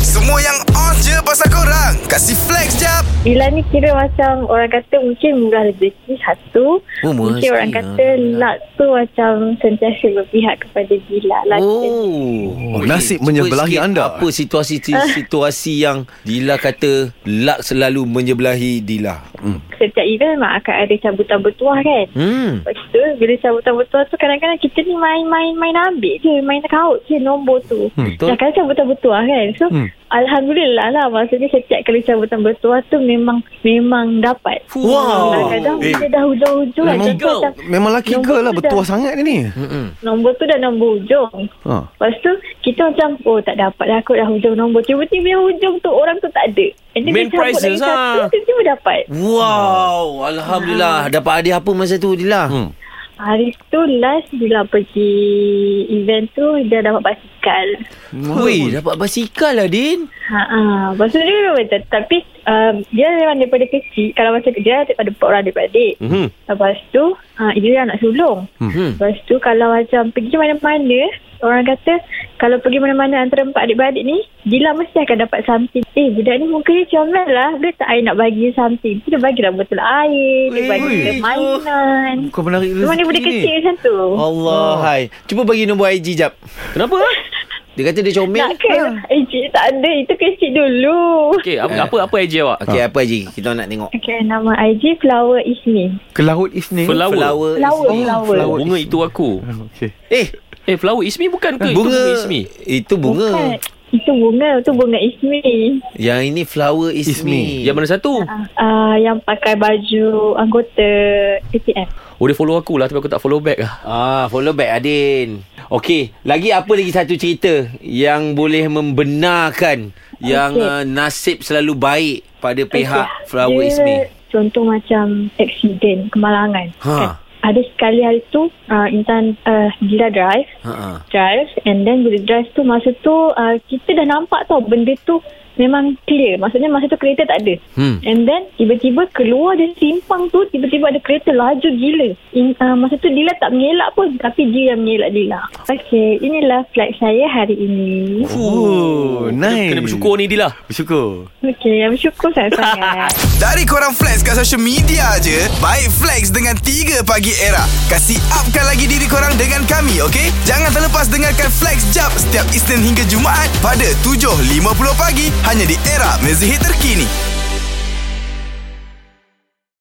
Semua yang on je pasal korang Kasih flex jap Bila ni kira macam orang kata mungkin murah rezeki satu. Oh, murah mungkin orang rezeki, kata ah. luck tu macam sentiasa berpihak kepada Dila lah. Oh, Oh, nasib Okey, cuba menyebelahi sikit anda. Apa situasi situasi yang Dila kata luck selalu menyebelahi Dila. Hmm. Setiap event memang akan ada cabutan bertuah kan. Hmm. Lepas tu bila cabutan bertuah tu kadang-kadang kita ni main-main-main ambil je. Main kaut je nombor tu. Hmm, betul. Dah kadang cabutan bertuah kan. So hmm. Alhamdulillah lah maksudnya setiap kali cabutan bertuah tu memang memang dapat. Wow. Kadang-kadang Eh. bila dah hujung-hujung Memang macam tu girl. macam Memang laki Nombor ke lah tu bertuah dah- sangat ni. Hmm. nombor tu dah nombor hujung. Ha. Lepas tu kita macam oh tak dapat dah kot dah hujung nombor. Tiba-tiba yang hujung tu orang tu tak ada. And Main dia cabut lagi prizes, satu, ah. Tiba-tiba dapat. Wow, alhamdulillah. Dapat hadiah apa masa tu Dila? Hmm. Hari tu last bila pergi event tu dia dapat basikal. Wih, dapat basikal lah Din. Ha ah. Lepas tu dia macam tapi um, dia memang daripada kecil kalau macam dia daripada empat orang adik-beradik. Mhm. Lepas tu uh, dia anak sulung. Hmm. Lepas tu kalau macam pergi mana-mana Orang kata Kalau pergi mana-mana antara empat adik-beradik ni Dila mesti akan dapat something Eh budak ni muka dia comel lah Dia tak air nak bagi dia something Dia bagilah botol air Dia Weh, bagi dia tu. mainan Kau menarik rezeki Memang daripada ni. kecil macam tu Allah, hai. Cuba bagi nombor IG jap. Kenapa? Dia kata dia comel. Tak ke? Eh cik tak ada Itu kecil dulu Okey, apa, apa apa IG awak? Okey, apa IG? Kita nak tengok. Okay nama IG Flower Isnin Ke laut Isnin. Flower. Flower. Flower Oh, Flower, flower. Bunga itu aku. Ha, Okey. Eh, Eh, flower Ismi bukan ke? Itu bunga. bunga Ismi. Itu bunga. Bukan Itu bunga Itu bunga Isnin Yang ini flower is, Is me. me. Yang mana satu? Ah, ah, Yang pakai baju Anggota ATM Oh, dia follow aku lah tapi aku tak follow back lah. Ah, follow back Adin. Okey, lagi apa lagi satu cerita yang boleh membenarkan yang Okey. uh, nasib selalu baik pada pihak Okey. Flower Dia Ismi? Contoh macam aksiden, kemalangan. Ha. Kan? Ada sekali hari tu, uh, Intan uh, Dila drive. Ha ah. Drive. And then bila drive tu, masa tu uh, kita dah nampak tau benda tu memang clear. Maksudnya masa tu kereta tak ada. Hmm. And then tiba-tiba keluar dari simpang tu, tiba-tiba ada kereta laju gila. In, uh, masa tu Dila tak mengelak pun. Tapi dia yang mengelak Dila. Okay, inilah flight saya hari ini. Oh, Eh. nice. Kena bersyukur ni Dila. Bersyukur. Okay, yang bersyukur sangat-sangat. Dari korang flex kat social media je Baik flex dengan 3 pagi era Kasih upkan lagi diri korang dengan kami okay? Jangan terlepas dengarkan flex jap Setiap Isnin hingga Jumaat Pada 7.50 pagi Hanya di era mezihit terkini